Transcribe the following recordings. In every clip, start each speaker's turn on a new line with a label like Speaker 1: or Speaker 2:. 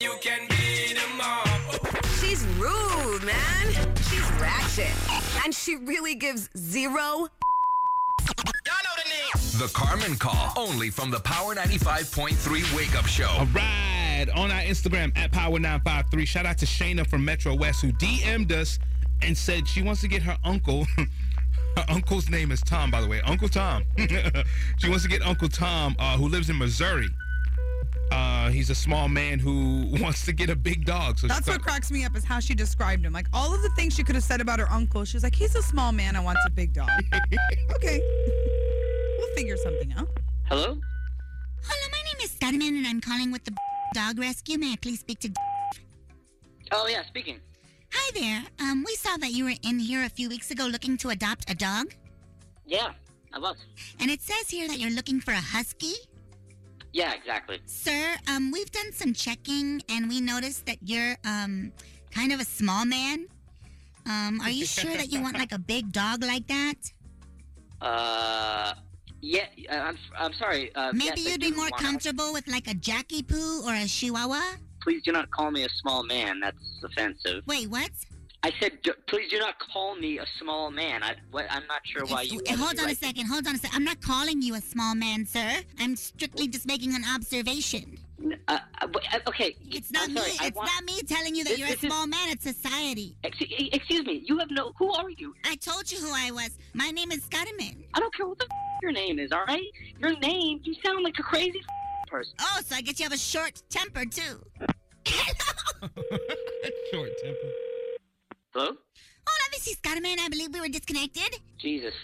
Speaker 1: You can be the mob.
Speaker 2: She's rude, man. She's ratchet. And she really gives zero.
Speaker 1: Y'all know the name. The Carmen Call, only from the Power 95.3 Wake Up Show.
Speaker 3: All right. On our Instagram at Power953. Shout out to Shayna from Metro West who DM'd us and said she wants to get her uncle. Her uncle's name is Tom, by the way. Uncle Tom. she wants to get Uncle Tom, uh, who lives in Missouri. Uh, he's a small man who wants to get a big dog. So she
Speaker 4: That's
Speaker 3: thought-
Speaker 4: what cracks me up is how she described him. Like all of the things she could have said about her uncle, she's like, he's a small man and wants a big dog. okay. we'll figure something out.
Speaker 5: Hello?
Speaker 6: Hello, my name is Stedman, and I'm calling with the dog rescue. May I please speak to?
Speaker 5: Oh, yeah, speaking.
Speaker 6: Hi there. Um, we saw that you were in here a few weeks ago looking to adopt a dog,
Speaker 5: Yeah, I was.
Speaker 6: and it says here that you're looking for a husky.
Speaker 5: Yeah, exactly.
Speaker 6: Sir, um, we've done some checking, and we noticed that you're um kind of a small man. Um, are you sure that you want like a big dog like that?
Speaker 5: Uh, yeah, uh, I'm, I'm sorry. Uh, yes,
Speaker 6: Maybe
Speaker 5: I
Speaker 6: you'd
Speaker 5: do
Speaker 6: be more
Speaker 5: want-
Speaker 6: comfortable with like a Jackie Poo or a Chihuahua.
Speaker 5: Please do not call me a small man. That's offensive.
Speaker 6: Wait, what?
Speaker 5: I said, d- please do not call me a small man. I, what, I'm not sure why
Speaker 6: It's-
Speaker 5: you.
Speaker 6: uh, hold
Speaker 5: you
Speaker 6: on a
Speaker 5: like-
Speaker 6: second. Hold on a second. I'm not calling you a small man, sir. I'm strictly just making an observation.
Speaker 5: N- Uh, uh, but, uh, okay.
Speaker 6: It's not
Speaker 5: I'm sorry,
Speaker 6: me.
Speaker 5: I
Speaker 6: It's
Speaker 5: want-
Speaker 6: not me telling you that
Speaker 5: This-
Speaker 6: you're a
Speaker 5: this is-
Speaker 6: small man. It's society.
Speaker 5: Ex- e- excuse me. You have no. Who are you?
Speaker 6: I told you who I was. My name is Scudderman.
Speaker 5: I don't care what the f- your name is. All right. Your name. You sound like a crazy f- person.
Speaker 6: Oh, so I guess you have a short temper too. Hello.
Speaker 3: Short temper.
Speaker 5: Hello.
Speaker 6: Hola, this is Scudderman. I believe we were disconnected.
Speaker 5: Jesus.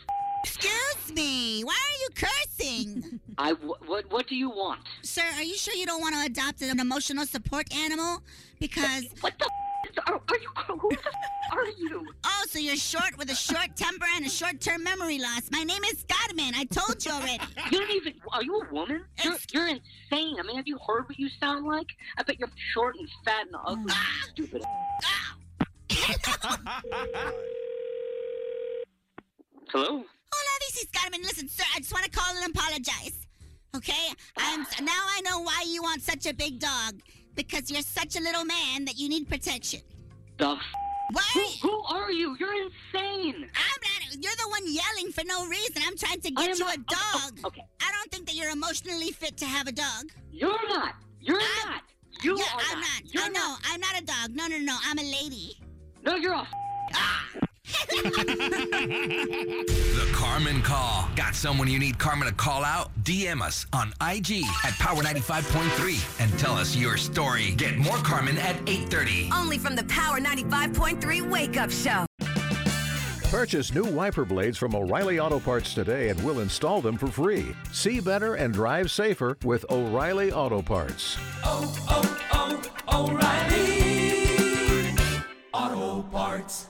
Speaker 6: Excuse me. Why are you cursing?
Speaker 5: I. wh- What. What do you want?
Speaker 6: sir, are you sure you don't want to adopt an emotional support animal? Because
Speaker 5: What the f- is, are, are you? Who the f- are you?
Speaker 6: Oh, so you're short with a short temper and a short-term memory loss. My name is Godman. I told you already.
Speaker 5: You don't even. Are you a woman? You're,
Speaker 6: Ex-
Speaker 5: you're insane. I mean, have you heard what you sound like? I bet you're short and fat and
Speaker 6: Oh.
Speaker 5: ugly. Stupid.
Speaker 6: Ah.
Speaker 5: Hello.
Speaker 6: Hola, this is Godman. Listen, sir, I just want to call and apologize. Okay? I'm now I know why you want such a big dog because you're such a little man that you need protection.
Speaker 5: The. F- who,
Speaker 6: Why?
Speaker 5: who are you? You're insane.
Speaker 6: I'm not. You're the one yelling for no reason. I'm trying to
Speaker 5: I
Speaker 6: get
Speaker 5: am
Speaker 6: you
Speaker 5: not-
Speaker 6: a dog.
Speaker 5: Okay.
Speaker 6: I don't think that you're emotionally fit to have a dog.
Speaker 5: You're not. You're
Speaker 6: I'm-
Speaker 5: not. You
Speaker 6: yeah,
Speaker 5: are
Speaker 6: I'm not.
Speaker 5: You're
Speaker 6: I know. I'm not a dog. No, no, no. I'm a lady.
Speaker 5: No, you're a. F-
Speaker 1: The Carmen Call. Got someone you need Carmen to call out? DM us on IG at Power 95.3 and tell us your story. Get more Carmen at 8.30.
Speaker 2: Only from the Power 95.3 Wake Up Show.
Speaker 7: Purchase new wiper blades from O'Reilly Auto Parts today and we'll install them for free. See better and drive safer with O'Reilly Auto Parts.
Speaker 1: Oh, oh, oh, O'Reilly. Auto Parts.